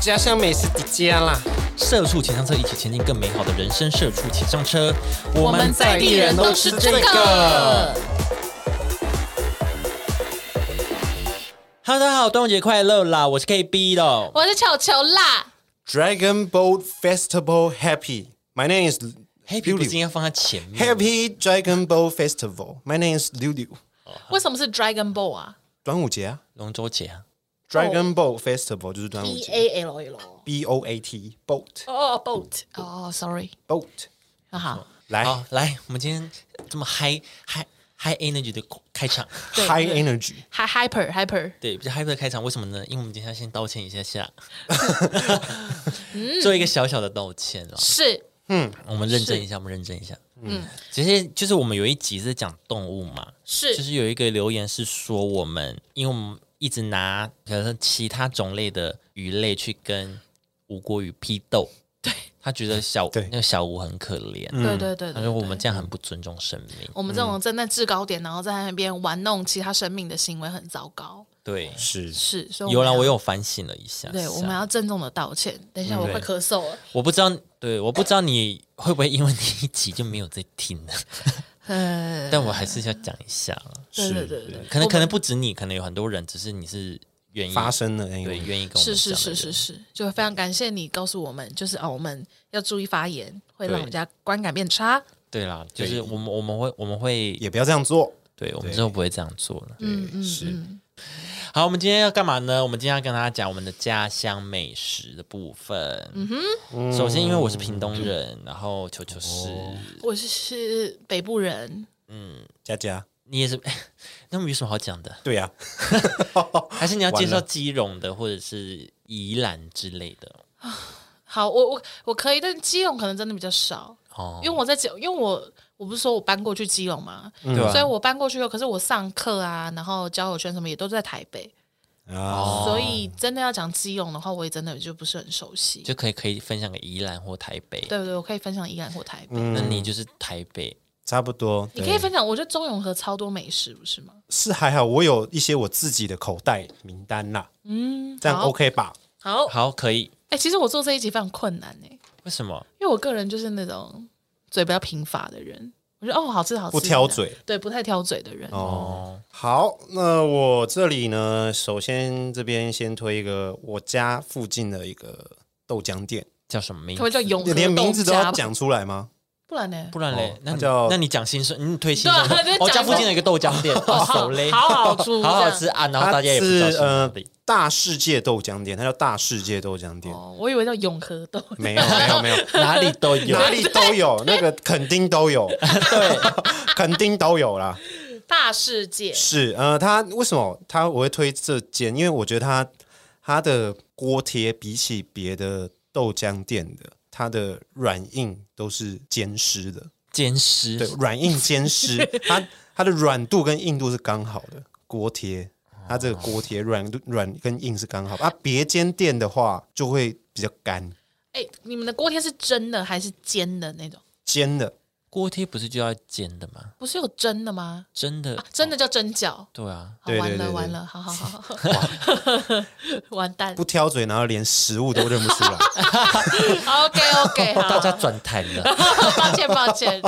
家乡美食的家啦，社畜请上车，一起前进更美好的人生。社畜请上车，我我们在地人都吃这个。 Hello，大家好，端午节快乐啦！我是 KB 的，我是球球啦， Dragon Boat Festival Happy. My name is Happy 不是应 Liu. 该放在前面 Happy Dragon Boat Festival. My name is Liu Liu. 为什么是 Dragon Ball 啊端午节啊龙舟节啊？ ，Dragon Boat Festival 就是端午？B 节。E A L L B O A T boat 哦，boat 哦，sorry，啊 boat 那好，来好，来，我们今天这么 high high high energy 的开场， 对 high energy 嗨 hyper hyper，对，比较 high 的开场，为什么呢？因为我们今天要先道歉一下下，嗯 做一个小小的道歉啊。是我们认真一下，我们认真一下。嗯，其实就是我们有一集是讲动物嘛，是就是有一个留言是说我们，因为我们一直拿可能其他种类的鱼类去跟吴国鱼批斗，对他觉得小对那个小吴很可怜，对对对他对，说我们这样很不尊重生命，我们这种站在制高点，然后在那边玩弄其他生命的行为很糟糕，对，是是，所以有们啦，要我。有反省了一下，对，我是们啊要郑重的道歉。等一下，我快咳嗽了。我不知道，对，我不知道你会不会因为那一集就没有在 听了，呃，但我还是要讲一下了，对对对是对，可能可能不止你，可能有很多人，只是你是愿意发生了那对，个愿意跟我们是是讲的是人是是，就非常感谢你告诉我们，就是哦，我们要注意发言，会让对人家观感变差。对啦，就对是我们我们会我们会，也不要这样做。对我们对之后不会这样做了。嗯嗯是嗯，好，我们今天要干嘛呢？我们今天要跟大家讲我们的家乡美食的部分。嗯哼，首先因为我是屏东人，然后球球是，哦我是北部人，佳佳，你也是， 那么有什么好讲的？对啊呀，还是你要介绍完了基隆的或者是宜兰之类的？好，我我我可以，但基隆可能真的比较少，哦，因为我在基，因为我我不是说我搬过去基隆嘛，嗯对所以吧？我搬过去后，可是我上课啊，然后交友圈什么也都在台北，哦啊，所以真的要讲基隆的话，我也真的就不是很熟悉。就可以可以分享给宜兰或台北。对对，我可以分享宜兰或台嗯北，那你就是台北，差不多。你可以对分享。我觉得中永和超多美食，不是吗？是还好，我有一些我自己的口袋名单啦，嗯，这样好 OK 吧？好，哎、好，可以。其实我做这一集非常困难哎、为什么？因为我个人就是那种嘴比较贫乏的人，我觉得哦，好吃好吃，不挑嘴，对，不太挑嘴的人。哦，好，那我这里呢，首先这边先推一个我家附近的一个豆浆店，叫什么名可字不可以？叫永和连名字都要豆家吧，讲出来吗？不然呢？不然嘞哦，那它你叫那你讲新生，你推新生对啊就，我讲家附近有一个豆浆 店，哦，手嘞，好好 吃，好好这吃样。啊，然后它大家也不知道是是哪呃里。大世界豆浆店，它叫大世界豆浆店，哦，我以为叫永和豆，没有没有没有， 哪里都 有，哪里都有，那个肯定都 有，对，肯定都有啦。大世界是，呃，它为什么它我会推这间？因为我觉得它它的锅贴比起别的豆浆店的，它的软硬都是坚实的，坚实对，软硬兼施，它它的软度跟硬度是刚好的锅贴，它这个锅贴软度软跟硬是刚好的啊。别间店的话就会比较干哎、你们的锅贴是蒸的还是煎的那种？煎的，锅贴不是就要煎的吗？不是有蒸的吗？真的啊，，真的叫蒸饺。对啊，哦好对完对对了对完了，好好好好， 完蛋。不挑嘴，然后连食物都认不出来。 OK OK，哦大哎好，家转台了， 抱歉抱歉。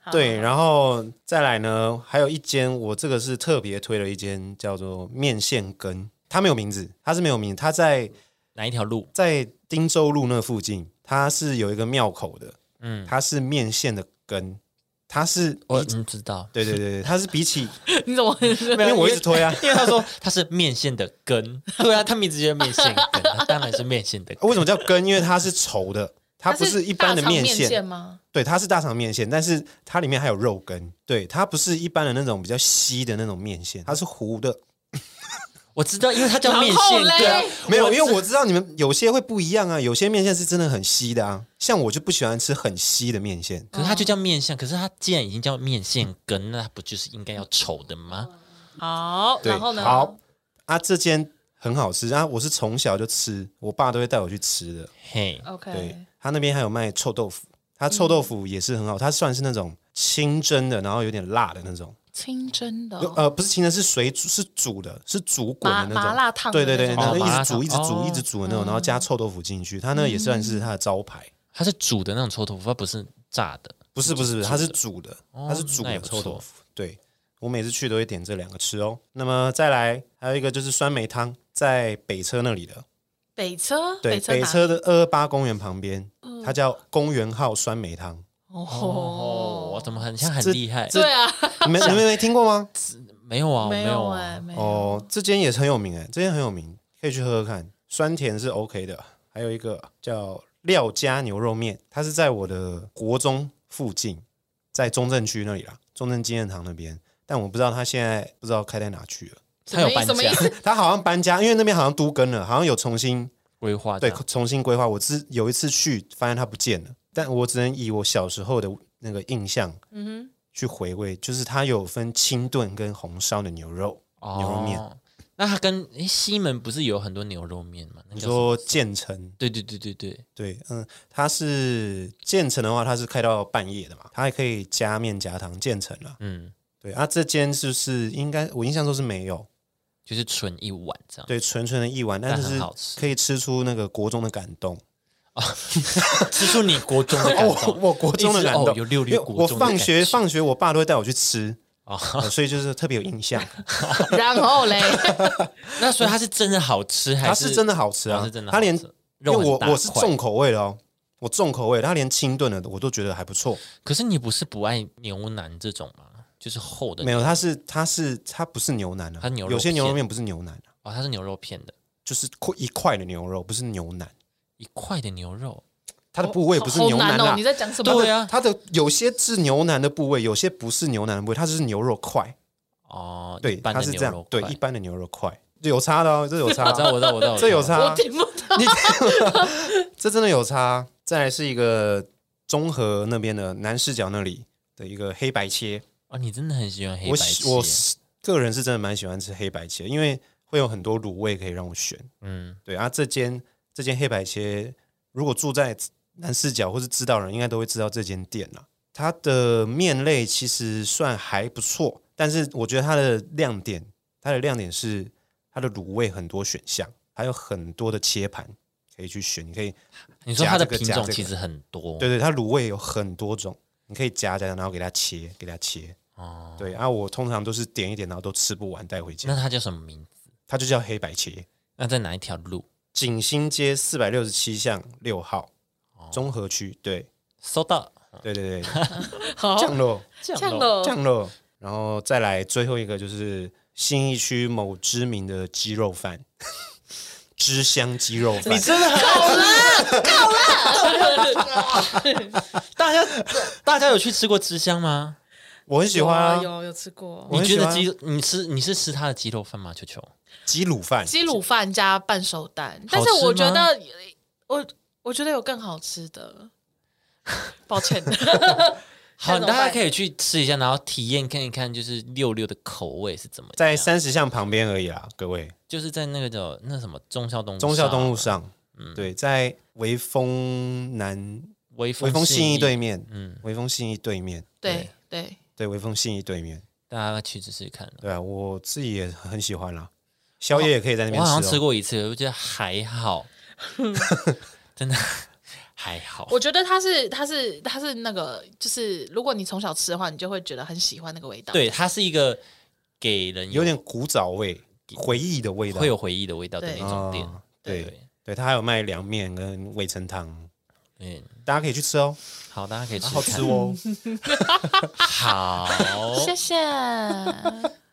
好对，，然后再来呢，还有一间我这个是特别推了一间叫做面线羹，它没有名字，它是没有名字，它在哪一条路？在汀州路那附近，它是有一个庙口的，嗯，它是面线的羹，它是我嗯知道，对对对对，它是比起你怎么？因为我一直推啊， 因为他说他是面线的根， 对啊，他名字就叫面线根，他当然是面线的根。为什么叫羹？因为它是稠的，它不是一般的大肠面线，吗？对，它是大肠面线，但是它里面还有肉羹，对，它不是一般的那种比较稀的那种面线，它是糊的。我知道，因为他叫面然后线嘞根，啊没有，哎我因为我知道你们有些会不一样啊，有些面线是真的很稀的啊，像我就不喜欢吃很稀的面线，可是它就叫面线，可是它既然已经叫面线根，那它不就是应该要稠的嗯吗？好，对，然后呢？好啊，这间很好吃啊，我是从小就吃，我爸都会带我去吃的。嘿，对，OK，，他那边还有卖臭豆腐，他臭豆腐也是很好，它算是那种清蒸的，然后有点辣的那种，清蒸的有哦、呃，不是清蒸，是水煮，是煮的，是煮滚麻的那种麻辣烫的对那对对，种，嗯然后哦麻辣一直煮，烫一直煮，哦一直煮的那种，然后加臭豆腐进去，它那也算是它的招牌。它是煮的那种臭豆腐，它不是炸的。不是不是，它是煮的，哦它是煮那也的不臭豆错腐。对，我每次去都会点这两个吃哦。那么再来还有一个就是酸梅汤，在北车那里的，北车，对，车北哪车的二二八公园旁边，嗯它叫公园号酸梅汤。哦，哦我，怎么很像这很厉害？对啊，你们你们没听过吗？没有啊，我没有哎、啊。没有哦，这间也很有名哎，这间很有名，可以去喝喝看。酸甜是 OK 的，还有一个叫廖家牛肉面，它是在我的国中附近，在中正区那里啦，中正纪念堂那边。但我不知道它现在不知道开在哪去了，它有搬什么意家思 它好像搬家，因为那边好像都更了，好像有重新规划这对样，重新规划。我之有一次去发现它不见了，但我只能以我小时候的那个印象嗯去回味，就是它有分清炖跟红烧的牛肉，哦牛肉面。那它跟诶西门不是有很多牛肉面吗？那你叫什说么建成。对对对对对，对，嗯，它是建成的话，它是开到半夜的嘛，它还可以加面加汤建成了。嗯，对啊，这间就是应该我印象中是没有，就是纯一碗这样。对，纯纯的一碗，但啊但就很是好吃可以吃出那个国中的感动。吃出你国 中的感我动我国中的感一直动哦有六因为六我国中的放感学觉放学，我爸都会带我去吃。哦呃所以就是特别有印 象，哼，然后嘞，那所以它是真的好吃，还它是真的的好吃啊是真的，好它吃？连因因为我我是重口味的哦，我重口味，它连清炖的我都觉得还不错。可是你不是不爱牛腩这种吗？就是厚的没牛，有，它是它是它不是牛腩啊，它牛肉有些牛肉片面不是牛腩啊，哦，它是牛肉片的，就是块一块的牛肉，不是牛腩。一块的牛肉。它的部位不是牛好腩难哦，啦你，在讲什么？对啊，它的有些是牛腩的部位，有些不是牛腩的部位，它就是牛肉块。哦，对，一般它的是牛这样肉，对块，一般的牛肉块有差的哦，这有差 我知道，哦，我知道，我知道，我知这道有差我啊，听不懂。你 这真的有差啊。再来是一个中和那边的南视角那里的一个黑白切，哦，你真的很喜欢黑我白喜切我是个人是真的蛮喜欢吃黑白切，因为会有很多卤味可以让我选。嗯，对啊，这间这间黑白切，如果住在南四角或是知道人，应该都会知道这间店啦。它的面类其实算还不错，但是我觉得它的亮点，它的亮点是它的卤味很多选项，还有很多的切盘可以去选。你可以，你说它夹的这个品夹种这个其实很多，对对，它卤味有很多种，你可以夹夹，然后给它切，给它切。哦，对，啊，我通常都是点一点，然后都吃不完带回那家。它叫什么名字？它就叫黑白切，那在哪一条路？景兴街四百六十七巷六号哦，中和区。对，收到，对对对，好，降落呛了，降落，然后再来最后一个就是新义区某知名的鸡肉饭， 芝香鸡肉饭。真的很好 了，够了！大家 大家有去吃过芝香吗？我很喜欢啊，有啊有有吃过我你很觉喜得欢鸡你吃你是吃它的鸡肉饭吗？球球，鸡卤饭，鸡卤饭加半熟蛋，但好是吃我觉吗得我我觉得有更好吃的， 抱歉，好，那怎么办大家可以去吃一下，然后体验看一看，就是六六的口味是怎么样。在三十巷旁边而已啦，各位，就是在那个叫那什么忠孝东路忠孝东路上上，对，在微风南微微风信信义对，面，嗯，微风信义对面，对对，对，微风信义对面，大家去试试看。对啊，我自己也很喜欢啦，宵夜也可以在那我边好像吃吃哦。过一次，我觉得还好，真的还好。我觉得它是它是它是那个，就是如果你从小吃的话，你就会觉得很喜欢那个味道。，对，它是一个给人有点古早味，回忆的味道，会有回忆的味道的对那种店啊。对对，对，它还有卖凉面跟味噌汤，嗯，大家可以去吃哦，好，大家可以吃好吃吃 看。哦。好， 谢谢。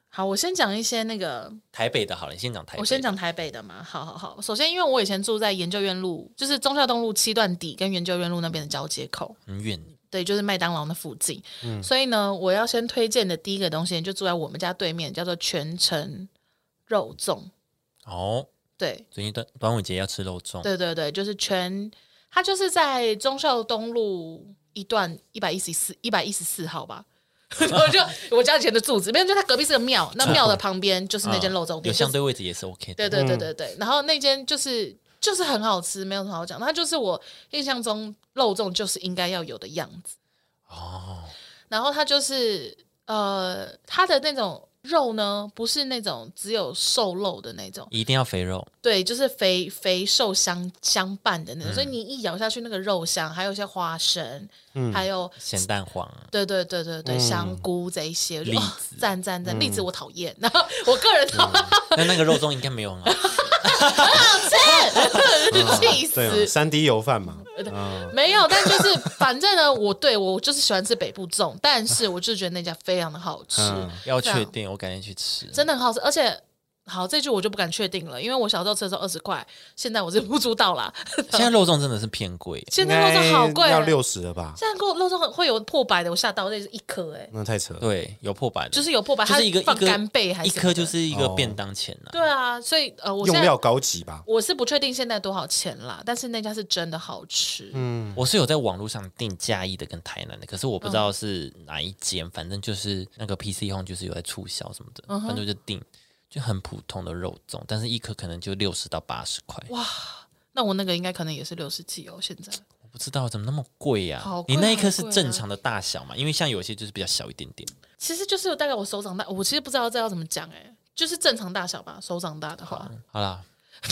好，我先讲一些那个，台北的好了，你先讲台北。我先讲台北的嘛。好好好，首先因为我以前住在研究院路，就是忠孝东路七段底跟研究院路那边的交接口，很嗯远，对，就是麦当劳那附近。嗯所以呢，我要先推荐的第一个东西就住在我们家对面，叫做全城肉粽。哦。对，最近端端午节要吃肉粽，对对对，就是全，它就是在忠孝东路一段一百一十四一百一十四号吧。 我就我家以前的住址，没有，就它隔壁是个庙，那庙的旁边就是那间嗯肉粽有店，就相是对位置也是 OK 对的。对对对对，然后那间就是就是很好吃，没有什么好讲，它就是我印象中肉粽就是应该要有的样子。哦，然后它就是呃，它的那种肉呢，不是那种只有瘦肉的那种，一定要肥肉，对，就是肥肥瘦相相伴的那种，所以嗯你一咬下去，那个肉香，还有一些花生，还有咸蛋黄，对对对对对，香菇这一些，我嗯就栗哦子嗯赞赞赞，栗子我讨厌，然后我个人讨厌但那个肉粽应该没有很好吃。嗯啊气对嘛，死，三 D 油饭嘛，啊，没有，但就是反正呢，我对我就是喜欢吃北部粽，但是我就觉得那家非常的好吃，嗯要这样确定，我赶紧去吃。啊真的很好吃，而且。好，这句我就不敢确定了，因为我小时候吃的时候二十块，现在我是不知道啦。现在肉粽真的是偏贵，现在肉粽好应贵啊该要了，六十了吧？现在给我肉粽很会有破百的，我吓到，那是一颗哎、那太扯了。对，有破百的，就是有破百，就它是一个放一个干贝还是一什么颗的就是一个哦便当钱呐、对啊，所以呃，我现用在料高级吧？我是不确定现在多少钱啦，但是那家是真的好吃，嗯，我是有在网络上订嘉义的跟台南的，可是我不知道嗯是哪一间，反正就是那个 PC Home 就是有在促销什么的，嗯哼反正我就订就很普通的肉粽，但是一颗可能就六十到八十块。哇，那我那个应该可能也是六十几哦，现在我不知道怎么那么贵呀、好贵你那一颗好是贵啊正常的大小嘛？因为像有些就是比较小一点点，其实就是大概我手掌大，我其实不知道这要怎么讲哎、就是正常大小吧，手掌大的话，好啦，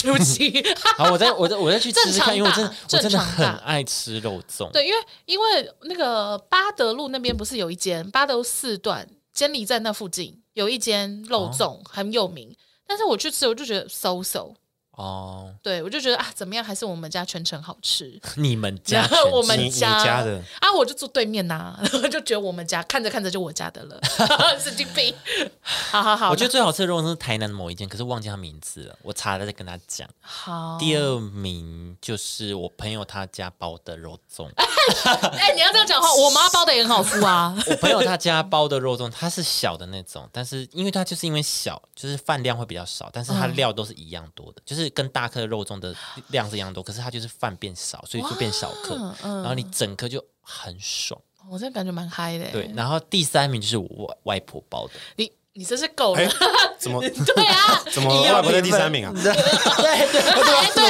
对不起， 好，我再我再我再去吃吃看，正常大因为我真的我真的正常很大爱吃肉粽。对，因为因为那个巴德路那边不是有一间巴德路四段监理站那附近有一间肉哦粽、很有名，但是我去吃我就觉得 so so，哦，对我就觉得啊怎么样还是我们家全程好吃。你们家然后全 我是们你你家家的啊，我就住对面呐、 然后就觉得我们家看着看着就我家的了， 神经病。 好好好，我觉得最好吃的肉粽是台南的某一间，可是忘记它名字了，我查了再跟他讲。那好。第二名就是我朋友他家包的肉 粽，哎、你要这样讲话，我妈包的也很好吃啊。我朋友他家包的肉粽，它是小的那种，但是因为它就是因为小，就是饭量会比较少，但是它料都是一样多嗯的，就是跟大颗的肉粽的量是一样多，可是它就是饭变少，所以就变小颗，嗯然后嗯，你整颗就很爽。 我真的感觉蛮嗨的、欸对，，然后第三名就是我外外婆包的，你你真是够了。哎怎么 对啊，怎么外婆在第三 名啊？对对对，哎对，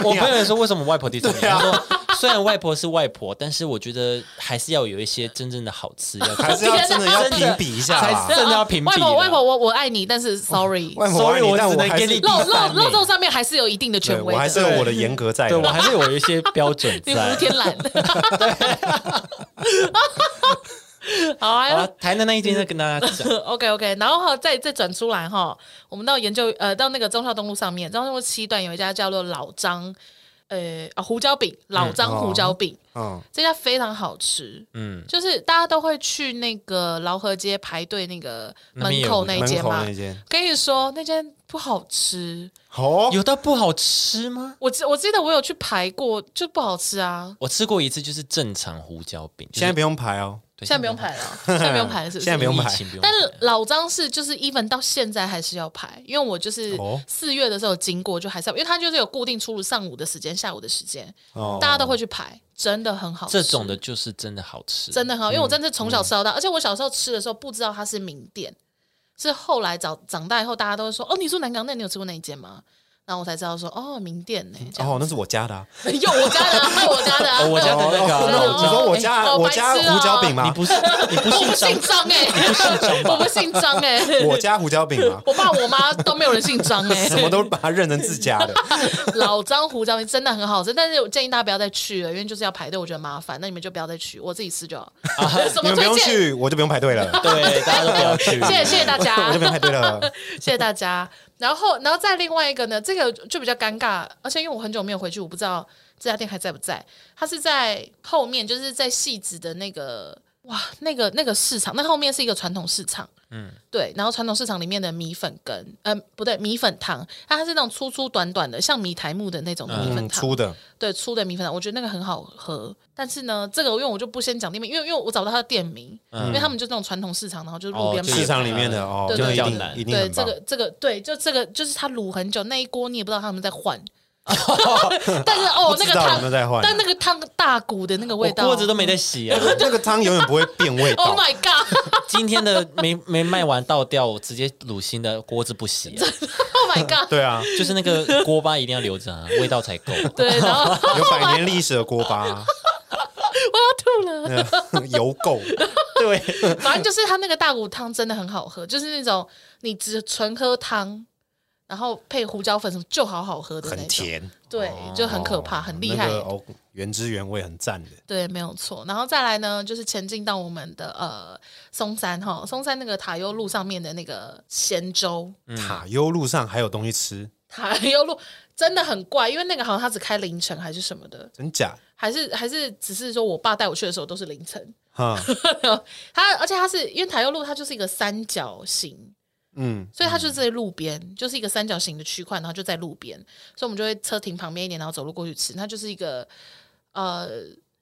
我朋友也说，为什么外婆第三名？他说虽然外婆是外婆，但是我觉得还是要有一些真正的好吃，要还是要真的要评比一下啦真。的要屏蔽外啦婆，外婆，我我爱你，但是 sorry，外婆爱 Sorry，你，我但只能还给是你对肉第三肉名肉粽上面还是有一定的权我威的，还是有我的严格在 对的。我还是有一些标准 你胡在。天蓝。好啊， 好了，台南那一天再跟大家讲。 OK OK，然后哈再再转出来哈，我们到研究呃到那个忠孝东路上面，忠孝东路七段有一家叫做老张，呃啊胡椒饼，老张胡椒饼、嗯，这家非常好吃，嗯，就是大家都会去那个劳合街排队那个那边门有口那一门间口嘛那，间，跟你说那间不好吃，哦，有到不好吃吗？我记我记得我有去排过，就不好吃啊，我吃过一次，就是正常胡椒饼，就是现在不用排哦。对现在不用排了，现在不用排了，是不是？现在不用排疫情不用排但是老张是就是 even 到现在还是要排，因为我就是哦四月的时候经过就还是要，因为它就是有固定出入上午的时间、下午的时间，哦，大家都会去排，真的很好吃。 这种的就是真的好吃，真的嗯很好，因为我真的是从小吃到大，而且我小时候吃的时候不知道它是名店，是后来长长大以后大家都会说哦，你住南港那，你有吃过那一间吗？然后我才知道说哦，名店呢、这样哦，那是我家的啊。 有我家的、啊，还有我家的、啊，哦我家的那个哦啊真的那我你说我家哦我家白痴哦胡椒饼你吗？不是你不我姓不张姓，张哎、我不姓张哎、？我家胡椒饼吗我爸我妈都没有人姓张 哎、什么都把它认成自家的。老张胡椒面真的很好吃，但是我建议大家不要再去了，因为就是要排队，我觉得麻烦。那你们就不要再去，我自己吃就好。 什啊你么们不推用荐？去，我就不用排队了。对，大家都不要 去。谢谢谢谢大我家就不，用排队了。谢谢大家。然后，然后再另外一个呢，这个就比较尴尬，而且因为我很久没有回去，我不知道这家店还在不在。它是在后面，就是在戏子的那个哇，那个那个市场，那后面是一个传统市场，嗯，对。然后传统市场里面的米粉羹，呃，不对，米粉汤，它它是那种粗粗短短的，像米苔木的那种米粉嗯，汤。粗的对粗的米粉汤，我觉得那个很好喝。但是呢，这个因为我就不先讲店名，因为因为我找不到它的店名，因为他们就那种传统市场，然后就路边哦就卖市场里面的哦，对那对一对定对一定对很这棒。个这个对，就这个就是它卤很久那一锅，你也不知道他们在 换。但是哦，不那知个道有汤没有在换但那个汤大骨的那个味我道，锅子都没在洗啊！那个汤永远不会变味 Oh 道。 my god！Oh 今天的没没卖完倒掉，我直接卤新的锅子不洗啊、Oh my god！对啊，就是那个锅巴一定要留着啊，味道才够。对，然后我啊 有百年历史的锅巴，要吐了。那个油垢对，反正就是它那个大骨汤真的很好喝，就是那种你只纯喝汤，然后配胡椒粉什么就好好喝的那很种，甜，哦对，就很可怕，很厉害。那个哦，原汁原味，很赞的。对，没有错。然后再来呢，就是前进到我们的呃松山哈，松山那个塔悠路上面的那个咸粥，嗯塔悠路上还有东西吃，塔悠路真的很怪，因为那个好像它只开凌晨还是什么的，真假？还是还是只是说我爸带我去的时候都是凌晨。 哈，它而且它是因为塔悠路它就是一个三角形，嗯，所以它就是在路边，就是一个三角形的区块，然后就在路边，所以我们就会车停旁边一点，然后走路过去吃。它就是一个呃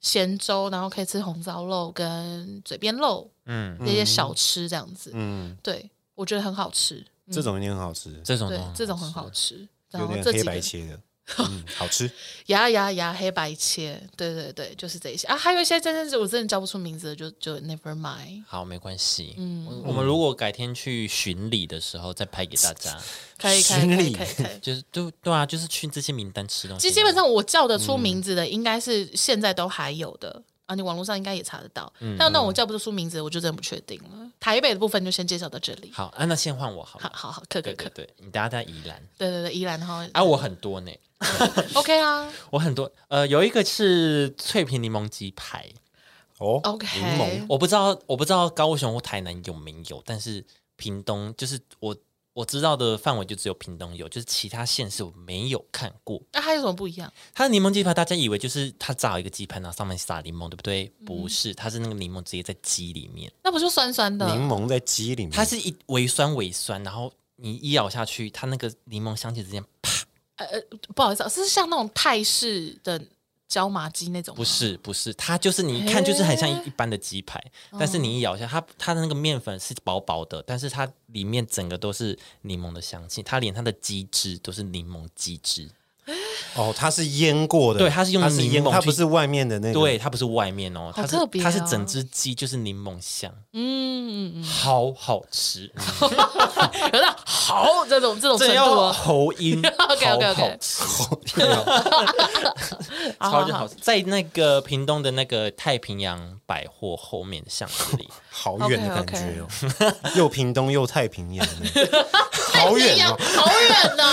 咸粥，然后可以吃红烧肉跟嘴边肉嗯，那些小吃这样子。嗯，对，我觉得很好吃。这种一定很好吃，这种对都很，这种很嗯吃好吃。然有后点这黑几白个哦切 的，嗯，好吃。牙牙牙黑白切，对对对，就是这一些啊。还有一些真的是我真的叫不出名字的，就就 never mind。好，没关系。嗯，我们如果改天去巡礼的时候再拍给大 家，可以可以巡可礼以可以可以。就是对对啊，就是去这些名单吃东西。其实基本上我叫得出名字的，应该是现在都还有的啊，你网络上应该也查得到。但那我叫不出名字，我就真的不确定了。台北的部分就先介绍到这里。好啊，那先换我好好了。好好，可可对可对，对，你等下在宜兰对对对，依然哈啊，我很多呢， ，OK 啊我很多。呃，有一个是脆皮柠檬鸡排，哦，OK，柠檬我不知道我不知道高雄或台南有没有，但是屏东就是我我知道的范围就只有屏东有，就是其他县市我没有看过。那它有什么不一样？它的柠檬鸡排，大家以为就是它炸一个鸡排，然后上面撒柠檬，对不对？嗯不是，它是那个柠檬直接在鸡里面。那不就酸酸的？柠檬在鸡里面，它是一微酸微酸，然后你一咬下去，它那个柠檬香气直接不好意思啊，是像那种泰式的椒麻鸡那种吗？不是不是，它就是你看就是很像一一般的鸡排，但是你一咬下它，它的那个面粉是薄薄的，但是它里面整个都是柠檬的香气，它连它的鸡汁都是柠檬鸡汁，哦，它是腌过的，对它是用柠腌檬它去不是外面的那个， 对，它不是外面哦，它是、特别它是哦整只鸡就是柠檬香，嗯，嗯嗯好好吃，嗯， 有点好这种这种程这度要哦，喉音，好 OK，OK，OK 好吃。啊好超级好好吃，在那个屏东的那个太平洋百货后面的巷子 里，好远的感觉哦，又屏东又太平洋呢， 好哎远呀哦。 好 远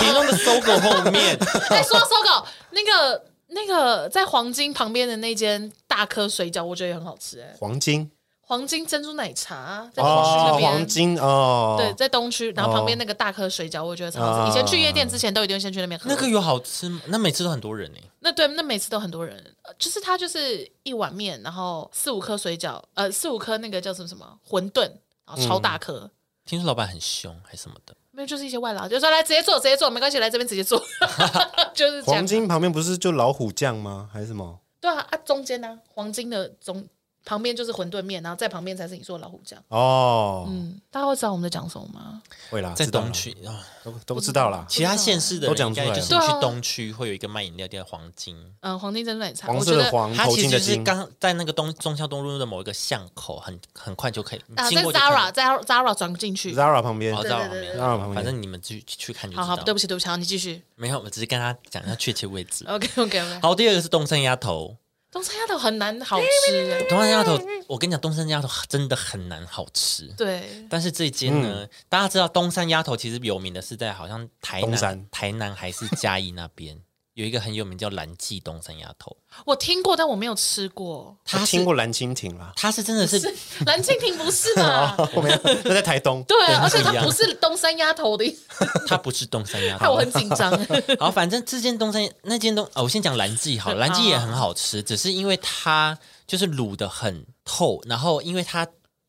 屏呢。东的搜狗后面，哎，说到搜狗，那个那个在黄金旁边的那间大颗水饺，我觉得也很好吃哎。黄金黄金珍珠奶茶在东区那哦，边，黄金哦，对，在东区，然后旁边那个大颗水饺，我觉得超好哦吃。以前去夜店之前都一定先去那边喝。 那个有好吃吗？那每次都很多人欸呢、那对，那每次都很多人，呃就是它就是一碗面，然后四五颗水饺，呃，四五颗那个叫什么什么馄饨，然后超嗯大颗。听说老板很凶还是什么的，没有，就是一些外劳，就说来直接做，直接做，没关系，来这边直接做， 就是这样。黄金旁边不是就老虎酱吗？还是什么？对啊，啊中间呢、黄金的中旁边就是馄饨面，然后在旁边才是你说的老虎酱。哦，嗯，大家会知道我们在讲什么吗？会啦，在知道啦东区啊，都都知道啦。其他县市的都人讲应该出来就了是你去对啊东区会有一个卖饮料店的黄金，嗯，黄金珍珠奶茶，黄我色觉的得黄，它头其巾嗯实的就是巾，刚在那个东中孝东路的某一个巷口，很很快就可以你啊，经在过就看 Zara 在 Zara 转进去。 Zara 旁边哦对 Zara 对旁对边对，Zara 旁边，反正你们去去看就好好，知对道。不起，对不起，好，你继续。没有，我只是跟他讲一下确切位置。 OK OK OK。好，第二个是东山鸭头，东山鸭头很难好吃，东山鸭头，我跟你讲，东山鸭头真的很难好吃。对，但是这间呢，嗯大家知道东山鸭头其实有名的是在好像台东南山、台南还是嘉义那边 有一个很有名叫蓝记东山鸭头，我听过，但我没有吃过。他它听是过蓝蜻蜓 啦，它是真的是蓝蜻蜓不是 吧？后面那在台东，对啊，对而且不一它样不是东山鸭头的意思，它不是东山鸭 害我头。很紧 张。好，反正这间东山那间东，哦，我先讲蓝记好了，蓝记也很好吃，只是因为它就是卤的很透，然后因为它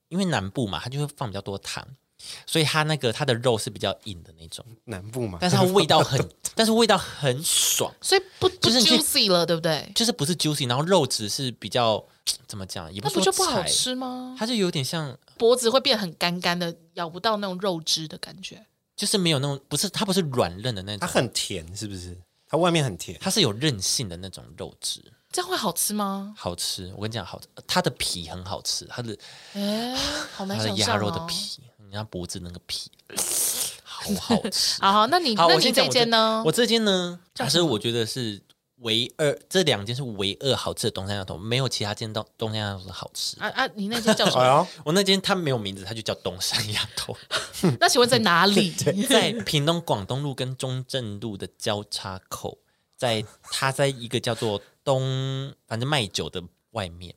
因为南部嘛，它就会放比较多糖，所以它那个它的肉是比较硬的那种，南部嘛，但是它味道很， 但是味道很爽。所以不不就是你去 juicy 了，对不对？就是不是 juicy，然后肉质是比较怎么讲，也那说不就不好柴，吃吗？它就有点像，脖子会变很干干的，咬不到那种肉汁的感觉。就是没有那种不是它不是软嫩的那它种，很甜，是不是？它外面很 甜，它是有韧性的那种肉质，这样会好吃吗？好吃。我跟你讲，好，它的皮很好吃，它的哎，它好难的想鸭象肉的哦。皮，你看脖子那个 皮，好好吃。好好，那你好，那我你先讲这我间呢我？这间呢，嗯叫假什设么我觉得是唯二这两间是唯二好吃的东山鸭头，没有其他间东东山鸭头是好吃。啊啊，你那间叫什哎么？呦，我那间它没有名字，它就叫东山鸭 头，那请问在 哪里？ 在屏东广东路跟中正路的交叉口，在它在一个叫做东，反正卖酒的外面，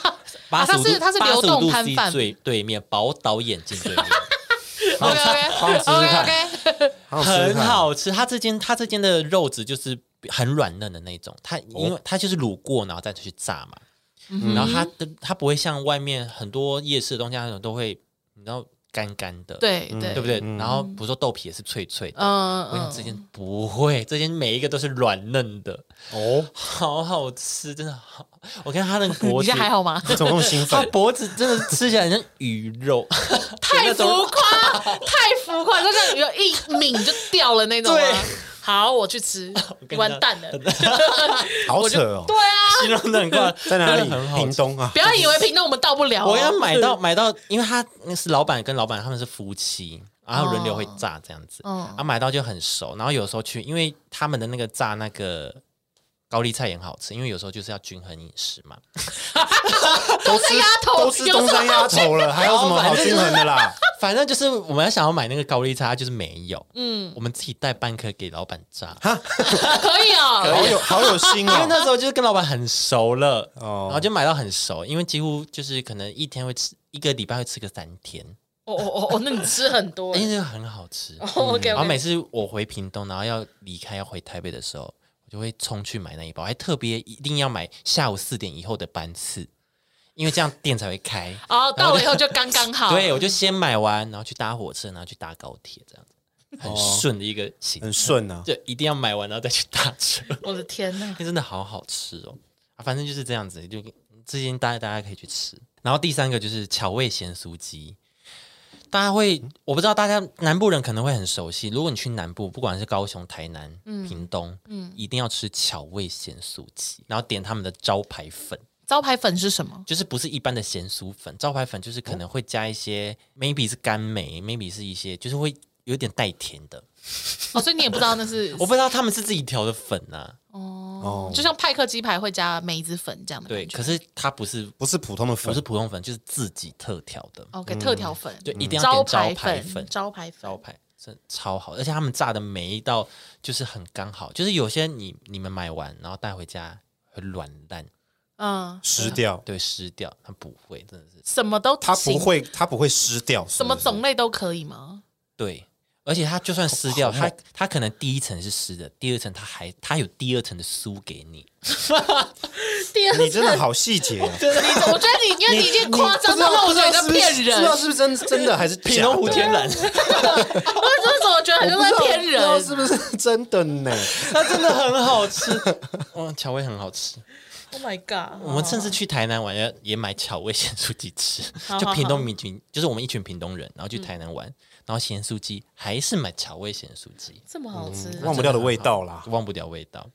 八十它五是度它是八流十五动度摊 C 贩最对面，宝岛眼镜对面。 OK OK 好 OK 好 OK，好吃很看，好吃。它这间它这间的肉质就是很软嫩的那种，它因为它就是卤过，然后再去炸嘛。然后它的它不会像外面很多夜市的东西那种都会，你知道干干的，对对嗯对不对？然后比如说豆皮也是脆脆的。嗯我跟你嗯讲，这间不会，这间每一个都是软嫩的，哦，好好吃，真的好。我看它那个你脖子现在，还好吗？你怎么那么兴它奋？脖子真的吃起来很像鱼肉， 太 那浮种 夸，太浮夸，这个有一抿就掉了那种吗对？好，我 去吃，跟你讲完蛋了。好扯哦，形容的很快。在哪里真的很？好屏东啊 不，要以为屏东我们到不了哦，我要买到买到，因为他那是老板跟老板他们是夫妻，然后轮流会炸这样子，嗯啊买到就很熟，然后有时候去，因为他们的那个炸那个高丽菜也很好吃，因为有时候就是要均衡饮食嘛，都吃鸭头都吃东山鸭头了，还有哦什么好均衡的 啦？反正就是我们要想要买那个高丽菜，它就是没有，嗯，我们自己带半颗给老板炸，可以哦，好有好有心因为哦，那时候就是跟老板很熟了，哦然后就买到很熟，因为几乎就是可能一天会吃一个礼拜会吃个三天，哦哦哦哦，那哦你吃很多 因为那个很好吃。 ，OK 哎嗯然后每 OK，次我回屏东，然后要离开要回台北的时候，我就会冲去买那一包，还特别一定要买下午四点以后的班次，因为这样店才会开。好，到了以后就刚刚好， 对，我就先买完，然后去搭火车，然后去搭高铁，这样子很顺的一个行程。很顺啊，就一定要买完，然后再去搭车，我的天呐，那真的好好吃哦！啊，反正就是这样子，就之前大家大家可以去吃。然后第三个就是巧味咸酥鸡，大家会我不知道大家南部人可能会很熟悉，如果你去南部，不管是高雄、台南、屏东，嗯，一定要吃巧味咸酥鸡，然后点他们的招牌粉。招牌粉是 什么？就是不是一般的咸酥粉，招牌粉就是可能会加一些、m a y b e 是甘梅，maybe 是一些就是会有点带甜的，哦，所以你也不知道那是我不知道他们是自己调的粉啊呐、哦，就像派克鸡排会加梅子粉这样的对，感觉，可是它不是不是普通的不粉是，普通粉，就是自己特调的， ，OK，特调粉，就一定要招点哦招牌牌粉，招牌粉招，牌真的超好，而且他们炸的每一道就是很刚好，就是有些你你们买完然后带回家会软烂，嗯，湿掉，对，啊湿掉，它不会，真的是什么都它行不会它不会湿掉，什么总种类都可以吗？对。而且它就算湿掉，它它可能第一层是湿的，第二层它还它有第二层的酥给你， 第二你真的好细节哦。我觉得你因为你已经夸张到不我知觉道得是不是骗人，不知道我是不是真真的还 是品假的龙湖天然， 真的怎么觉得很像在骗不知道人？是不是真的呢？它真的很好 吃，嗯，巧味很好吃。 Oh my god！我们甚至去台南玩也也买巧味咸酥鸡吃好，就屏东民群，就是我们一群屏东人，然后去台南玩，然后咸酥鸡还是买巧味咸酥鸡，这么好吃， 忘不掉的味道啦。忘不掉味道。啊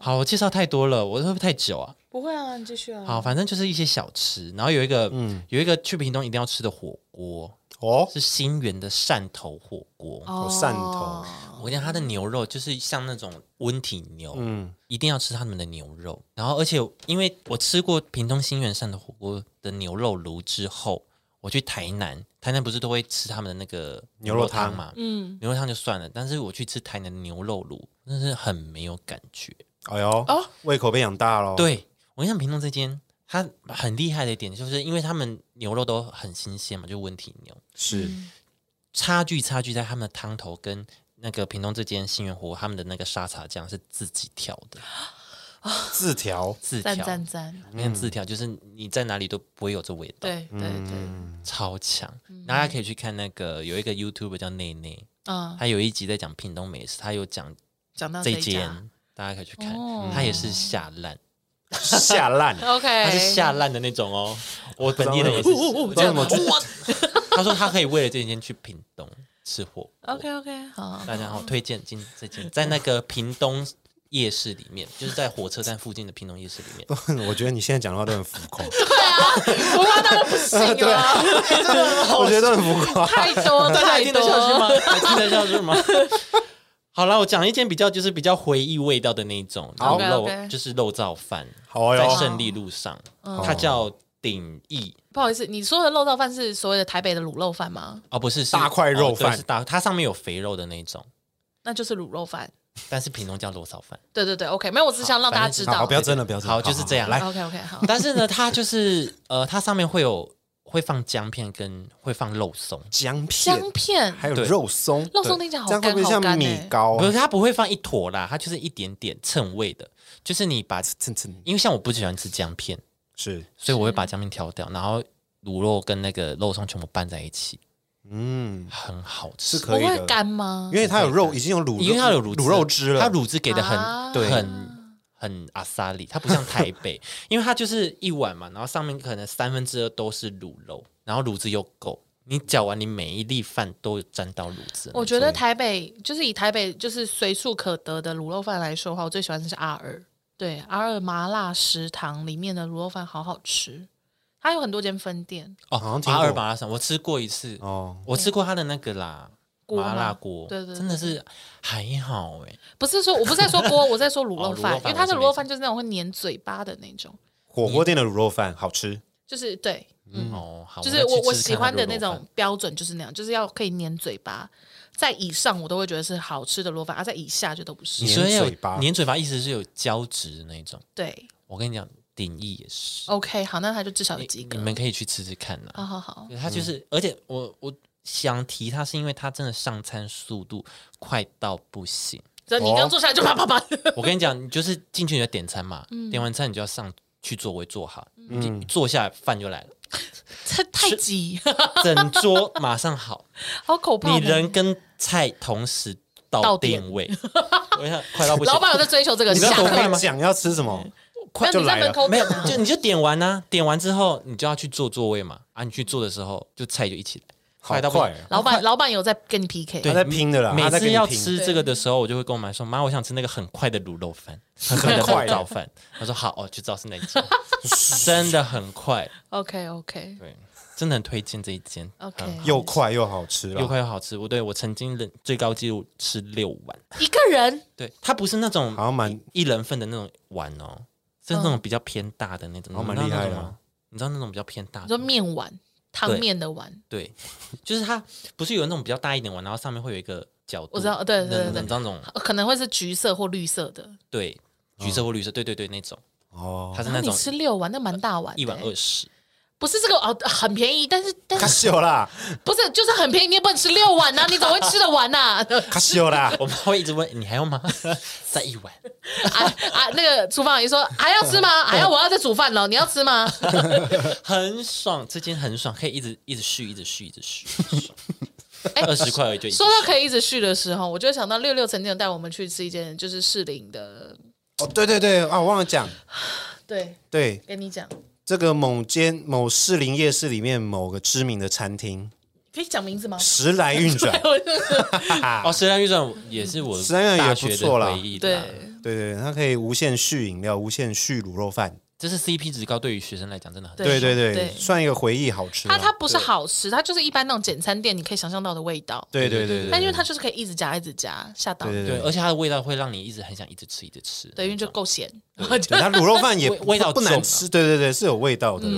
好，我介绍太多了，我会不会太久啊？不会啊，你继续啊。好，反正就是一些小吃，然后有一个，有一个去屏东一定要吃的火锅，哦，是新源的汕头火锅。有汕头，我跟你讲，它的牛肉就是像那种温体牛，嗯，一定要吃他们的牛肉。然后，而且因为我吃过屏东新源上的火锅的牛肉炉之后，我去台南，台南不是都会吃他们的那个牛牛肉肉汤汤嘛？嗯，牛肉汤就算了，但是我去吃台南的牛肉炉，真的是很没有感觉。哎呦，哦胃口被养大喽。，对我跟你讲，屏东这间它很厉害的一点，就是因为他们牛肉都很新鲜嘛，就温体牛，是嗯差距差距在他们的汤头跟那个屏东这间新源火锅他们的那个沙茶酱是自己调的，字条，自赞调。赞赞，那个字条就是你在哪里都不会有这味道，对对对，嗯超强。大家可以去看那个有一个 YouTube 叫内内，嗯，他有一集在讲屏东美食，他有讲讲到这一家间，大家可以去看哦，他也是下烂，下烂， 他，OK，是下烂的那种哦。我本地人也是，不知道怎么做，他说他可以为了这间去屏东吃火锅， OK OK，好， 大家好推荐进这间，在那个屏东夜市里面，就是在火车站附近的屏东夜市里面，我觉得你现在讲的话都很浮夸，啊我怕他们不行了，我觉得都很浮夸。太多 大家太 还听得下去多，吗？还听得下去吗？ 好了，我讲一件比较就是比较回忆味道的那一种好卤肉 OK，OK 就是肉燥饭，好在哟，胜利路上，它叫鼎益不好意思，你说的肉燥饭是所谓的台北的卤肉饭吗？哦，不是是大块肉哦对饭是大，它上面有肥肉的那种，那就是卤肉饭。但是屏东叫肉燥饭。对对对，OK，没有，我只想让大家知好，道不。要争了，不要争了，好，就是这样。来， OK OK，好，但是呢，它就是呃，它上面会有会放姜片跟会放肉松，姜片，姜片、还有对肉松，肉松听起来好这样会不会干好像干米欸糕不啊？是它不会放一坨啦，它就是一点点称味的，就是你把，真真因为像我不喜欢吃姜片，是，所以我会把姜片挑掉，然后卤肉跟那个肉松全部拌在一起，嗯，很好吃是。不可以会的，干吗？因为它有肉，已经有卤，因为它有卤卤肉汁了，它卤汁给的很、啊对很很阿萨里，它不像台 北，因为它就是一碗嘛，然后上面可能三分之二都是卤肉，然后卤汁又够，你搅完你每一粒饭都有沾到卤汁。我觉得台北就是以台北就是随处可得的卤肉饭来说的话，我最喜欢的是阿尔。对，阿尔麻辣食堂里面的卤肉饭好好吃，它有很多间分店。哦，好像听阿尔过麻辣香，我吃过一次，哦，我吃过它的那个啦。锅麻辣吗锅，对对真的是还好哎、不是说我不是在说锅，我在说卤哦肉卤肉饭，因饭为我它的是卤没肉吃饭就是那种会粘嘴巴的那种，火锅店的卤肉饭好吃，就是对，哦，好，就是再我去我吃吃喜看它欢的卤那肉饭种标准就是那样，就是要可以粘嘴巴，在以上我都会觉得是好吃的卤肉饭，啊，在以下就都不是你。说粘要嘴巴有粘嘴巴，意思是有胶质的那种。对我跟你讲，鼎益也是， ，OK，好，那它就至少有你及格你。们可以去吃吃看呐、好好好，对它就是，而且我我想提它，是因为它真的上餐速度快到不行。只要你哦刚坐下来就啪啪啪，我跟你讲，你就是进去你就点餐嘛，点完餐你就要上去座位坐好，你坐下饭就来了，这 太急，整桌马上好，好可怕你呢。人跟菜同时到到点定位，我想快到不行老。板有在追求这个你知下道下我课跟吗你讲要吃什么，那快就你在来门了，口没等有啊，就你就点完呢、点完之后你就要去坐座位嘛，啊，你去坐的时候就菜就一起来，好到不快行啊，老板老板有在跟你 PK，他在拼的啦，每他在跟次你要拼吃这个的时候，我就会跟我妈说：“妈，我想吃那个很快的卤肉饭，很快的很快肉的燥饭。”她说：“好哦，就知道是哪一 间，真的很快， OK OK 对，真的很推荐这一间 OK 很好又快又好吃又了，快又好吃。我对我曾经的最高纪录吃六碗，一个人对，它不是那种好像蛮一人份的那种碗哦，是那嗯种比较偏大的那种，哦你蛮知道厉那害种的吗？你知道那种比较偏大你的说吗面碗汤面的碗，对，就是它不是有那种比较大一点的碗，然后上面会有一个角度，我知道对对那对对那那种可能会是橘色或绿色的。对橘色或绿色，对对对那种，嗯哦，它是然那后啊你种吃六碗，那蛮大碗的欸，一碗二十，不是这个哦，很便宜，但是但卡是西欧啦，不是就是很便宜，你也不能吃六碗 呐，你怎么会吃得完啊 呐？卡西欧啦，我妈会一直问你还要吗？ 再一 碗，啊啊，那个厨房阿姨说还要吃吗？还要我要再煮饭了，你要吃吗？很爽，这间很爽，可以一直一直续，一直续，一直续，哎二十块而已就一直续说到可以一直续的时候，我就想到六六曾经有带我们去吃一间就是士林的，哦，对对对，啊，我忘了讲，对，对，跟你讲，这个某间某士林夜市里面某个知名的餐厅，可以讲名 字吗？时来运转，我就是哦，十来预算也是我十来运转也大不学错的啊啦回忆啦，对，对对，对它可以无限续饮料，无限续卤肉饭，这是 CP 值高，对于学生来讲真的很对对对对，对算一个回忆，好吃啊。它它不是好吃，它就是一般那种简餐店你可以想象到的味道。对对对对，但因为它就是可以一直加一直加，吓到对你对，而且它的味道会让你一直很想一直吃，一直吃，对，因为就够咸。 对它卤肉饭也味 味道不重难啊嗯吃，对对对，是有味道的。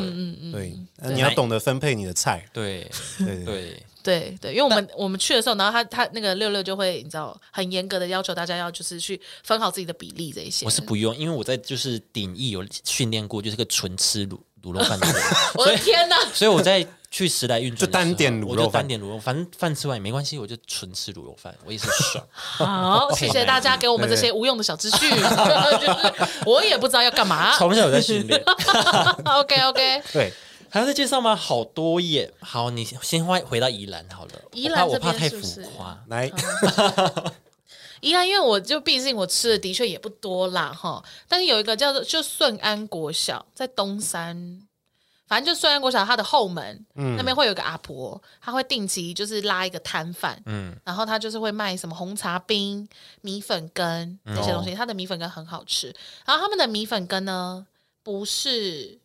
对，那你要懂得分配你的菜。对对对，对，对对，因为我们我们去的时候，然后他他那个六六就会你知道很严格的要求大家要就是去分好自己的比例这一些。我是不用，因为我在就是鼎益有训练过，就是个纯吃卤卤肉 饭的人，我的 天哪！所以我在去时来运转的时候就单点卤肉饭我就单点卤肉，反正饭吃完也没关系，我就纯吃卤肉饭，我也是 爽。好，谢谢大家给我们这些无用的小资 讯，就是我也不知道要干嘛。从小有在训练， OK OK，对，还要再介绍吗？好多耶！好，你先回回到宜兰好了，宜兰我怕我怕这边太是不是浮夸。来，宜兰，因为我就毕竟我吃的的确也不多啦哈，但是有一个叫做就顺安国小，在东山，反正就顺安国小它的后门、那边会有一个阿婆，她会定期就是拉一个摊贩，嗯，然后她就是会卖什么红茶冰、米粉羹这些东西，她的米粉羹很好吃，然后他们的米粉羹呢不是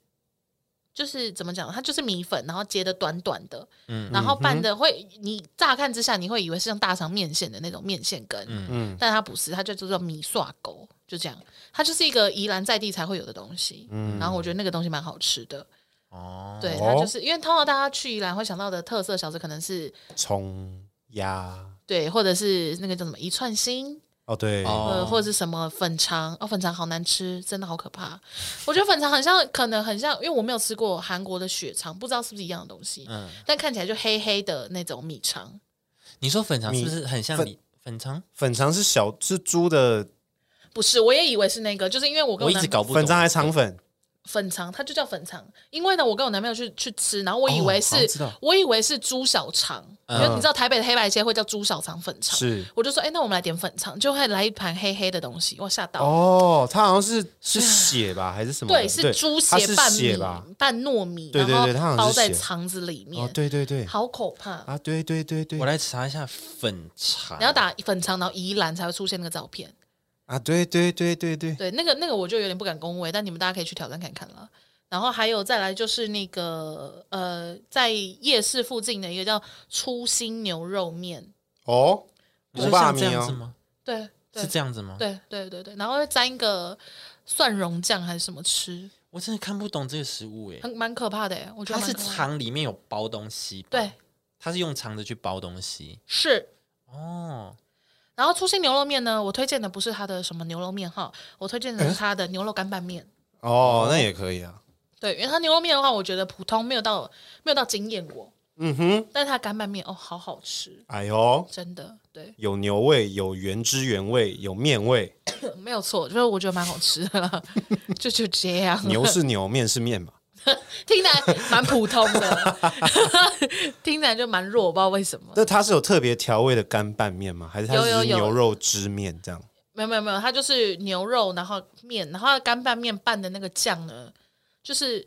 就是怎么讲，它就是米粉，然后截的短短的，嗯然后拌的会，你乍看之下你会以为是像大肠面线的那种面线羹， 嗯但它不是，它就叫做米刷狗，就这样，它就是一个宜兰在地才会有的东西。然后我觉得那个东西蛮好吃的，嗯哦，对，哦它就是因为通常大家去宜兰会想到的特色小吃，可能是葱鸭对，或者是那个叫什么一串心，哦，对，哦呃，或者是什么粉肠哦，粉肠好难吃，真的好可怕。我觉得粉肠很像，可能很像，因为我没有吃过韩国的血肠，不知道是不是一样的东西，嗯，但看起来就黑黑的那种米肠，你说粉肠米是不是很像粉米粉肠？粉肠是小是猪的不是，我也以为是那个，就是因为我我跟我一直男搞不懂粉肠还是肠粉粉肠，它就叫粉肠，因为呢，我跟我男朋友去去吃，然后我以为是哦好，像知道我以为是猪小肠，因为你知道台北的黑白切会叫猪小肠粉嗯肠，是我就说，哎、那我们来点粉肠，就会来一盘黑黑的东西，我吓到。哦，它好像是是血吧还是什么的？对，是猪它是血拌血吧？米拌糯米，对对对它好然像是后包在血肠子里面，哦，对对对，好可怕。啊，对对对对我，来查一下粉肠，你要打粉肠，然后宜兰才会出现那个照片。啊，对对对对对，对，那个那个我就有点不敢恭维，但你们大家可以去挑战看看了。然后还有再来就是那个呃，在夜市附近的一个叫初心牛肉面，哦，你说五霸像这米样子哦，吗？对对是这样子吗？对对对对，然后会沾一个蒜蓉酱还是什么吃，我真的看不懂这个食物哎很，蛮可怕的耶，我觉它得蛮是可怕的肠里面有包东西，，对它是用肠子去包东西是哦。然后初心牛肉面呢，我推荐的不是它的什么牛肉面哈，我推荐的是它的牛肉干拌面。哦，那也可以啊，对，因为它牛肉面的话，我觉得普通没有到没有到惊艳我，嗯哼，但是它干拌面哦，好好吃，哎呦，真的对，有牛味，有原汁原味，有面味，没有错，就是我觉得蛮好吃的啦， 就就这 样。牛是牛，面是面 嘛，听起来蛮普通的， 听起来就蛮弱，我不知道为什么。那它是有特别调味的干拌面吗？还是它有只有是有牛肉汁面这样？没有没有没有，它就是牛肉，然后面，然后它的干拌面拌的那个酱呢，就是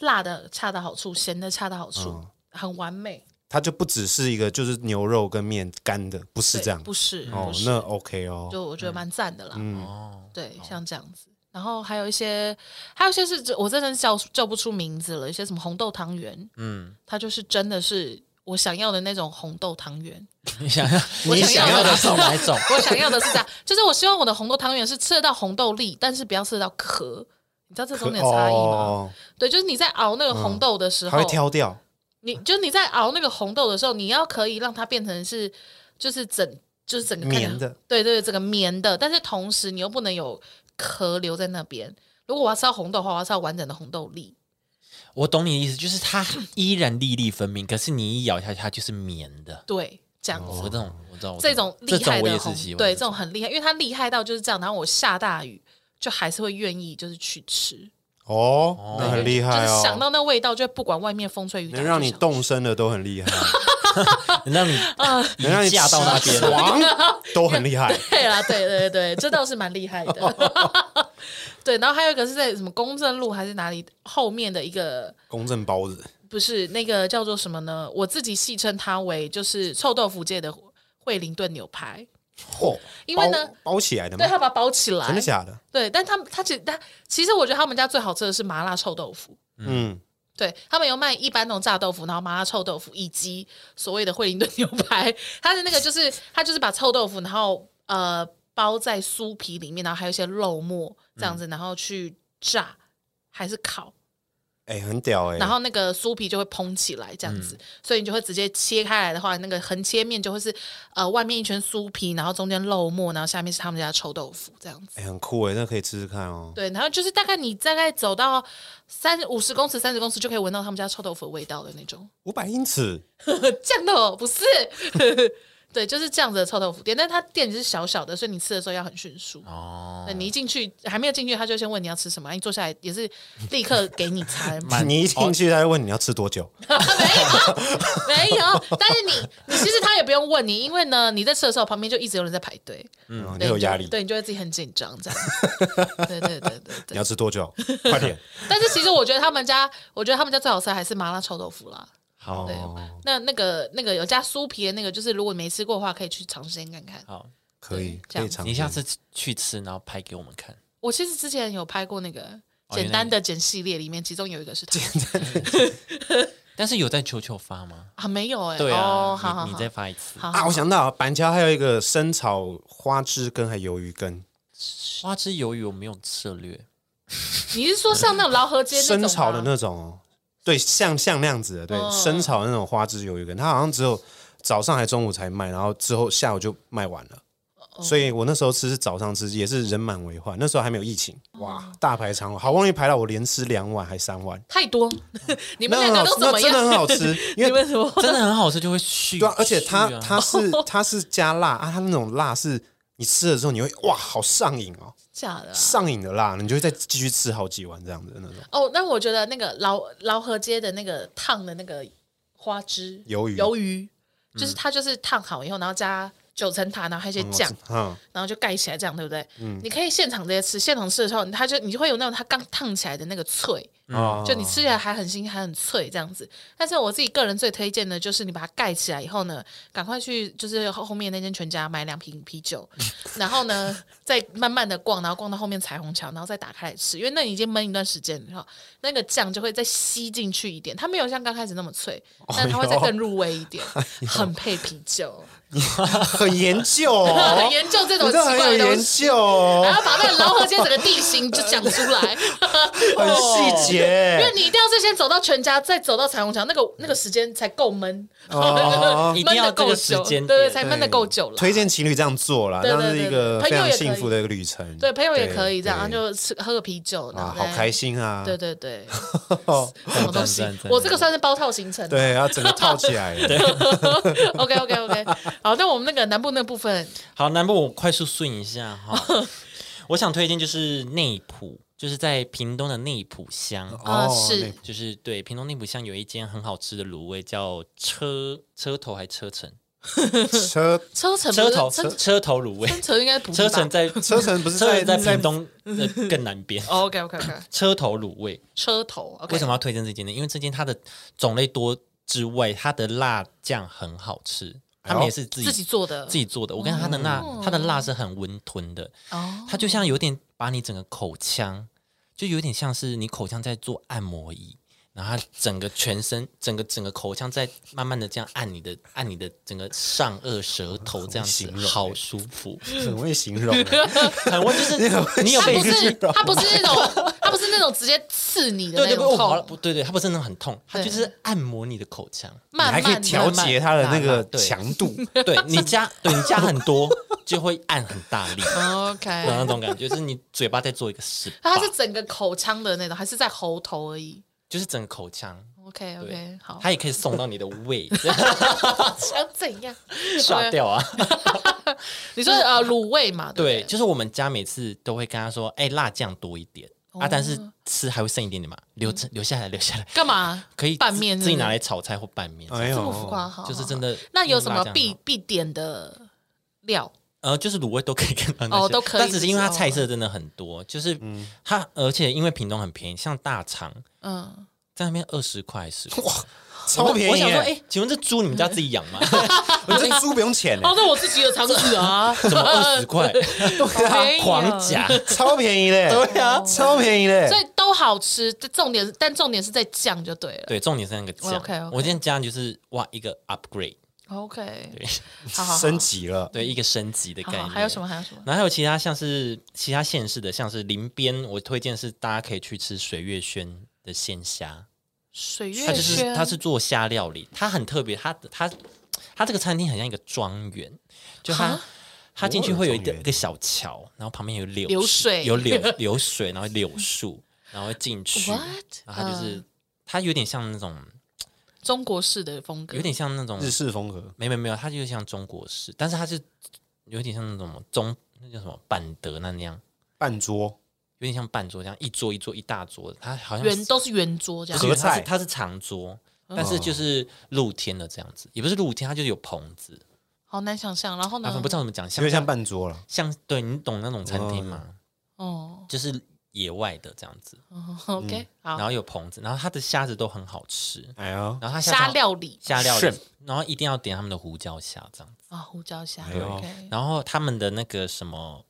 辣的恰到好处，咸的恰到好处，嗯很完美。它就不只是一个就是牛肉跟面干的，不是对这样不是，哦不，是那嗯 OK 哦，就我觉得蛮赞的啦。哦，对，像这样子，然后还有一些，还有一些是我真的是叫叫不出名字了，一些什么红豆汤圆，嗯， 它就是真的是我想要的那种红豆汤圆。你想要我你想要想要的的是哪一种？ 我想要的是这样，就是我希望我的红豆汤圆是吃得到红豆粒，但是不要吃得到壳。你知道这中间的差异吗？哦，对，就是你在熬那个嗯红豆的时它候，会挑掉你就是你在熬那个红豆的时候，你要可以让它变成是，就是整就是整个看起来棉的，对对，这个棉的，但是同时你又不能有壳留在那边。如果我要吃到红豆的话，我要吃到完整的红豆粒。我懂你的意思，就是它依然粒粒分明，可是你一咬下去，它就是绵的。对，这样我子，这种我知道，我这懂种这厉害种我的也是红喜，欢。对，这种很厉害，因为它厉害到就是这样。然后我下大雨，就还是会愿意就是去吃，哦，那很厉害就是想哦，到那味道，就不管外面风吹雨打，能让就你想动身的都很厉害，能让 你能让一你架到那边，爽 都很厉害。对啦，对对对，这倒是蛮厉害的。 对，然后还有一个是在什么公正路还是哪里后面的一个，公正包子不是那个叫做什么呢？我自己戏称它为就是臭豆腐界的惠灵顿牛排，嚯，因为呢包包起来的吗对，？它把它包起来真的。假的？对，但他们他其实他其实我觉得他们家最好吃的是麻辣臭豆腐。嗯，对他们有卖一般那种炸豆腐，然后麻辣臭豆腐，以及所谓的惠灵顿牛排。它的那个就是它就是把臭豆腐，然后呃包在酥皮里面，然后还有一些肉末这样子，然后去炸还是烤，哎，很屌哎。然后那个酥皮就会蓬起来这样子，所以你就会直接切开来的话，那个横切面就会是呃外面一圈酥皮，然后中间肉末，然后下面是他们家的臭豆腐这样子。哎，很酷哎，那可以吃吃看哦。对，然后就是大概你大概走到三五十公尺、三十公尺就可以闻到他们家臭豆腐的味道的那种。五百英尺，酱豆不是， 对，就是这样子的臭豆腐店，但它店只是小小的，所以你吃的时候要很迅速。哦对，你一进去还没有进去，他就先问你要吃什么，你坐下来也是立刻给你餐， 没你一进去他就问你要吃多久，有，但是你你其实他也不用问你，因为呢你在吃的时候旁边就一直有人在排队，嗯，你就对，有你就压力。对你就会自己很紧张这样。对对对对你对要。吃多 久？快点。但是其实我觉得他们家，我觉得他们家最好吃的还是麻辣臭豆腐啦。好对，那那个那个有加酥皮的那个，就是如果你没吃过的话，可以去尝试看看。好，可以，这可样以尝试。你下次去吃，然后拍给我们看。我其实之前有拍过那个哦简单的简系列里面，其中有一个是他但是有在球球发吗？ 啊，没有哎、对啊，哦，好好你好你再发一次。好好啊，我想到板桥还有一个生炒花枝羹还鱿鱼羹，花枝鱿鱼我没有策略，你是说像那种劳合街那种生炒的吗那种哦，对，像像那样子的，对，嗯生炒的那种花枝鱿鱼羹，它好像只有早上还中午才卖，然后之后下午就卖完了。哦所以我那时候吃是早上吃，也是人满为患。那时候还没有疫情，哦哇，大排长龙，好不容易排到我连吃两碗还三碗，太多， 你们那两很好个都吃，怎么那真的样？很好 吃，因你为们什么？真的很好吃，就会续。对啊，而且它续啊它是它是加辣啊，它那种辣是你吃了之后你会哇，好上瘾哦，假的啊、上瘾的辣，你就会再继续吃好几碗这样子的那种。哦，那我觉得那个劳劳合街的那个烫的那个花枝鱿鱼嗯鱿鱼就是它就是烫好以后，然后加九层塔，然后还有一些酱，嗯，然后就盖起来这样，对不对？你可以现场直接吃，现场吃的时候，它就你就会有那种它刚烫起来的那个脆，哦嗯就你吃起来还很新鲜，还很脆这样子。但是我自己个人最推荐的就是你把它盖起来以后呢，赶快去就是后后面那间全家买两瓶啤 酒，然后呢再慢慢的逛，然后逛到后面彩虹桥，然后再打开来吃，因为那已经焖一段时间了，那个酱就会再吸进去一点，它没有像刚开始那么脆，哦但它会再更入味一点， 很配啤啊酒，很研究哦 很，研究这种你奇这很有怪的东研西。究哦 然，后把那个劳合街整个地形就讲 出来， 很细因节为。你一定要是先走到全家，再走到彩虹桥，那个那个时间才够闷， 哦一定闷要的这够个时久，对间对，点才闷的够久了。推荐情侣这样做啦，对对那对是一个对非对常幸福的一个旅程。对朋友也可以这样，然对后就吃喝个啤酒，然啊，后好开心。心啊！ 对对 对，对什么东西赞赞？赞我这个算是包套行程。对，要整个套起来了。 哦，OK OK OK。好， 那我们那个南部那部分，好，南部我快速顺一下哈。我想推荐就是内埔，就是在屏东的内埔乡，啊哦是那就是对屏东内埔乡有一间很好吃的卤味，叫车车头还车城，车车呃程不车是头车车头卤味，车程应该不是车吧。城在车程不是车在城在屏东的更南边 OK 哦 OK OK，车头卤味车头 OK。为什么要推荐这间呢？因为这间它的种类多之外，它的辣酱很好吃，他们也是自己自己做的？自己做的。我跟它的辣，它的辣是很温吞的，哦，它就像有点把你整个口腔，就有点像是你口腔在做按摩椅，然后它整个全身、整个整个口腔在慢慢的这样按你的、按你的整个上颚、舌头这样形子容，欸好舒服。很会形容，啊很温就是你有它被不是它不是那种 它不是那种直接刺你的对那对种不，好痛了，，不对对，它不是那种很痛，它就是按摩你的口腔。你慢还慢可以调慢慢节它的那慢个慢对强 度。对你加对你加很多，就会按很大力的 OK，那种感觉，就是你嘴巴在做一个十八啊它，是整个口腔的那种，还是在喉头而已就是整个口腔， ？OK 对 OK，好，它也可以送到你的 胃，想怎样？刷掉啊。你说呃卤味嘛？对，对不对，就是我们家每次都会跟他说，哎、辣酱多一点、哦啊，但是吃还会剩一点点嘛，留着留下来，留下来，干嘛？可以嗯拌自面是不自己是拿来炒菜或拌面，哎这么浮夸，呦，好，就是好真。的好。那有什辣么酱必好必点的料？呃，就是卤味都可以跟到那哦些都可以但只是因为它就是哦菜色真的很多，就是它，而且因为屏东很便宜，像大肠嗯，在那边二十块十块。超便宜耶！我想说，哎、请问这猪你们家自己养吗？你这猪不用 钱哦呢，，那我自己的肠子 啊， 怎么二十 块？便宜啊狂 夹，超便宜 嘞，对啊超便宜嘞所。以都好吃。这重点，但重点是在酱就对了。对，重点是那个酱。 OK，OK 我今天加就是哇，一个 upgrade， OK，对好好好升级了，对，一个升级的概好念。好，还有什么？？还有什么？然后还有其他像是其他县市的，像是林边，我推荐是大家可以去吃水月轩的鲜虾，水它月就是轩，它是做虾料理，它很特别，它它它这个餐厅很像一个庄园，就它哈它进去会有一哦个庄园一个小桥，然后旁边有柳流水有柳 流水，然后柳树，然后会进去 What？嗯然后它就是、它有点像那种中国式的风格，有点像那种日式风格，没有没有，它就像中国式，但是它是有点像那种中那叫什么板德那那样。半桌有点像半桌这样，一桌一桌一大桌的，它好像圆都是圆桌这不样合是它是菜它是长桌，嗯但是就是露天的这样子，也不是露天，它就是有棚子，好难想象。然后啊，呢不？知道怎么讲，有像点像半桌了。像对你懂那种餐厅吗？哦就是野外的这样子， ，OK，嗯然好，后有棚子，然后它的虾子都很好吃，哎呦，然后它虾上料理虾料 Shrimp 然后一定要点他们的胡椒虾这样子，啊，胡椒虾哎呦，OK，然后他们的那个什么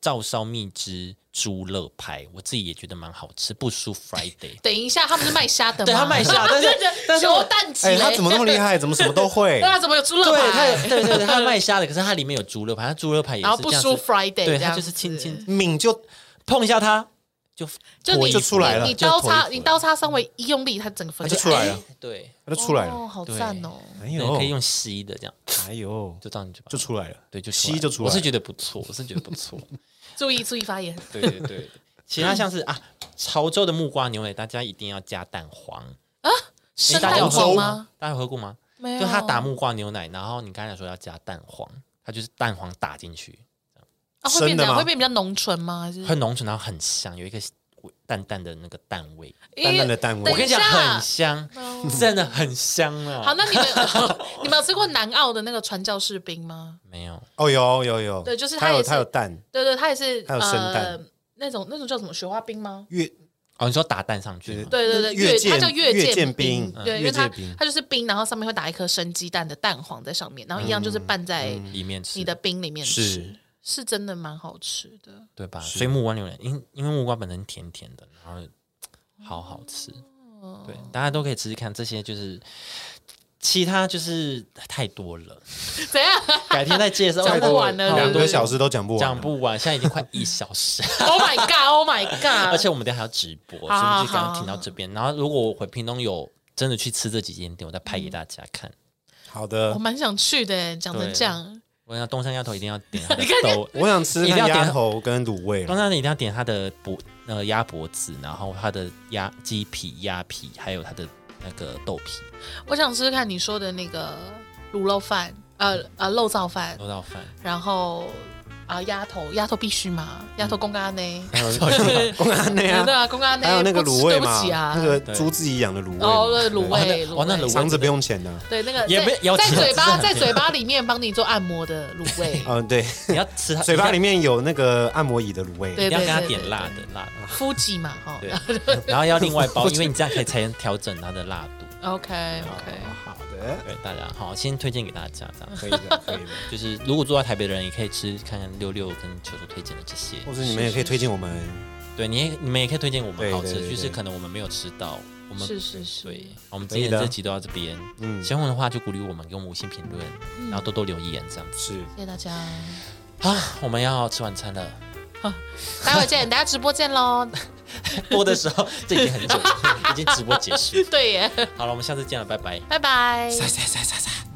照烧蜜汁猪肋排，我自己也觉得蛮好吃，不 输 Friday。等一下，他们是卖虾的吗？对他卖虾 但是真的但是我球蛋鸡哎，嘞，他怎么那么厉害？怎么什么都会 对？啊，怎么有猪肋对，它有 排？对对对，它卖虾的，可是它里面有猪肋排，它猪肋排也然后是不这样输子， Friday，对，这它样就是轻子轻敏就碰一下它就就脱你衣服出来了你就刀脱衣叉服你了刀叉稍微一用力，它整个粉它就出来了哎对，他就出来了，哦，好对赞哦！哎对，呦可，以用吸的这样，哎呦，就到你嘴巴就出来了，对，就吸就出来我了是觉得不错，我是觉得 不错。注意注意发言，对对对，其他像是啊，潮州的木瓜牛奶，大家一定要加蛋黄。生大家蛋有黄喝吗？？大家有喝过吗？没有，就他打木瓜牛奶，然后你刚才说要加蛋黄，它就是蛋黄打进去，啊会变生的这样吗会变比较浓醇吗？还是很浓醇，然后很香，有一个淡淡的那个蛋味。淡淡的淡等我味一。跟你讲，下哦很香，真的很香啊！嗯哦好，那 你们你们有吃过南澳的那个传教士冰吗？没有哦，有有有，对就是它它有也是它有蛋对对，它也是还有生呃蛋那种那种叫什么雪花冰吗？越哦，你说打蛋上去吗？对对对，越越界它叫越界界冰冰，嗯对，因为它越界冰它就是冰，然后上面会打一颗生鸡蛋的蛋黄在上面，然后一样就是拌在里面吃你的冰里面吃嗯是，是真的蛮好吃的。对吧？所以木瓜牛奶，因因为木瓜本身甜甜的，然后好好吃。哦对，大家都可以吃吃看，这些就是其他就是太多了，怎样？改天再介绍。 讲不完了两对不个对小时都讲不完，讲不完，现在已经快一小时， Oh my god! Oh my god! 而且我们等一下还要直播，所以好就刚好刚听到这边。然后如果我回屏东有真的去吃这几间店，我再拍给大家嗯看。好我的，蛮想去的，欸讲成对这样，我想东山鸭头一定要点 它的兜，我想吃一定要看点鸭头跟卤味东了，山鸭头一定要点它的脖呃鸭脖子，然后它的鸭鸡皮、鸭皮，还有它的那个豆皮我想试试看你说的那个卤肉饭，呃呃肉燥饭，肉燥 饭。然后啊鸭头，鸭头必须嗯嘛，鸭头公干呢，还有公安那对样，啊，公干呢，还有那个不吃卤味对不嘛，起啊那，个对猪自己养的卤味嘛，哦对对卤味哦那卤哦那味卤肠子不用钱的，，对那个也没要在吃在嘴巴真的在嘴巴里面帮你做按摩的卤味嗯， 对，你要吃它嘴巴里面，面有那个按摩椅的卤味，一对定要对跟它对，点辣对，的辣的。夫妻嘛哈 对，然后要另外包，因为你这样可以才能调整它的辣度。 ，OK OK，好的。对，啊对大家好，先推荐给大家，这样哦可以的，可以的。就是如果住在台北的人，也可以吃看看六六跟球球推荐的这些，或者你们也可以推荐我们，对，你也你们也可以推荐我们对好吃，对对就是对可能我们没有吃到，我们是是是对，我们可今以天的这集都到这边，嗯，喜欢我们的话就鼓励我们，给我们五星评论，嗯然后多多留言这样子。是谢谢大家，好，我们要吃晚餐了，待会见，大家直播见喽，播的时候这已经很久了，已经直播结束。 对耶，好了，我们下次见了，拜拜。拜拜。噻噻噻噻噻。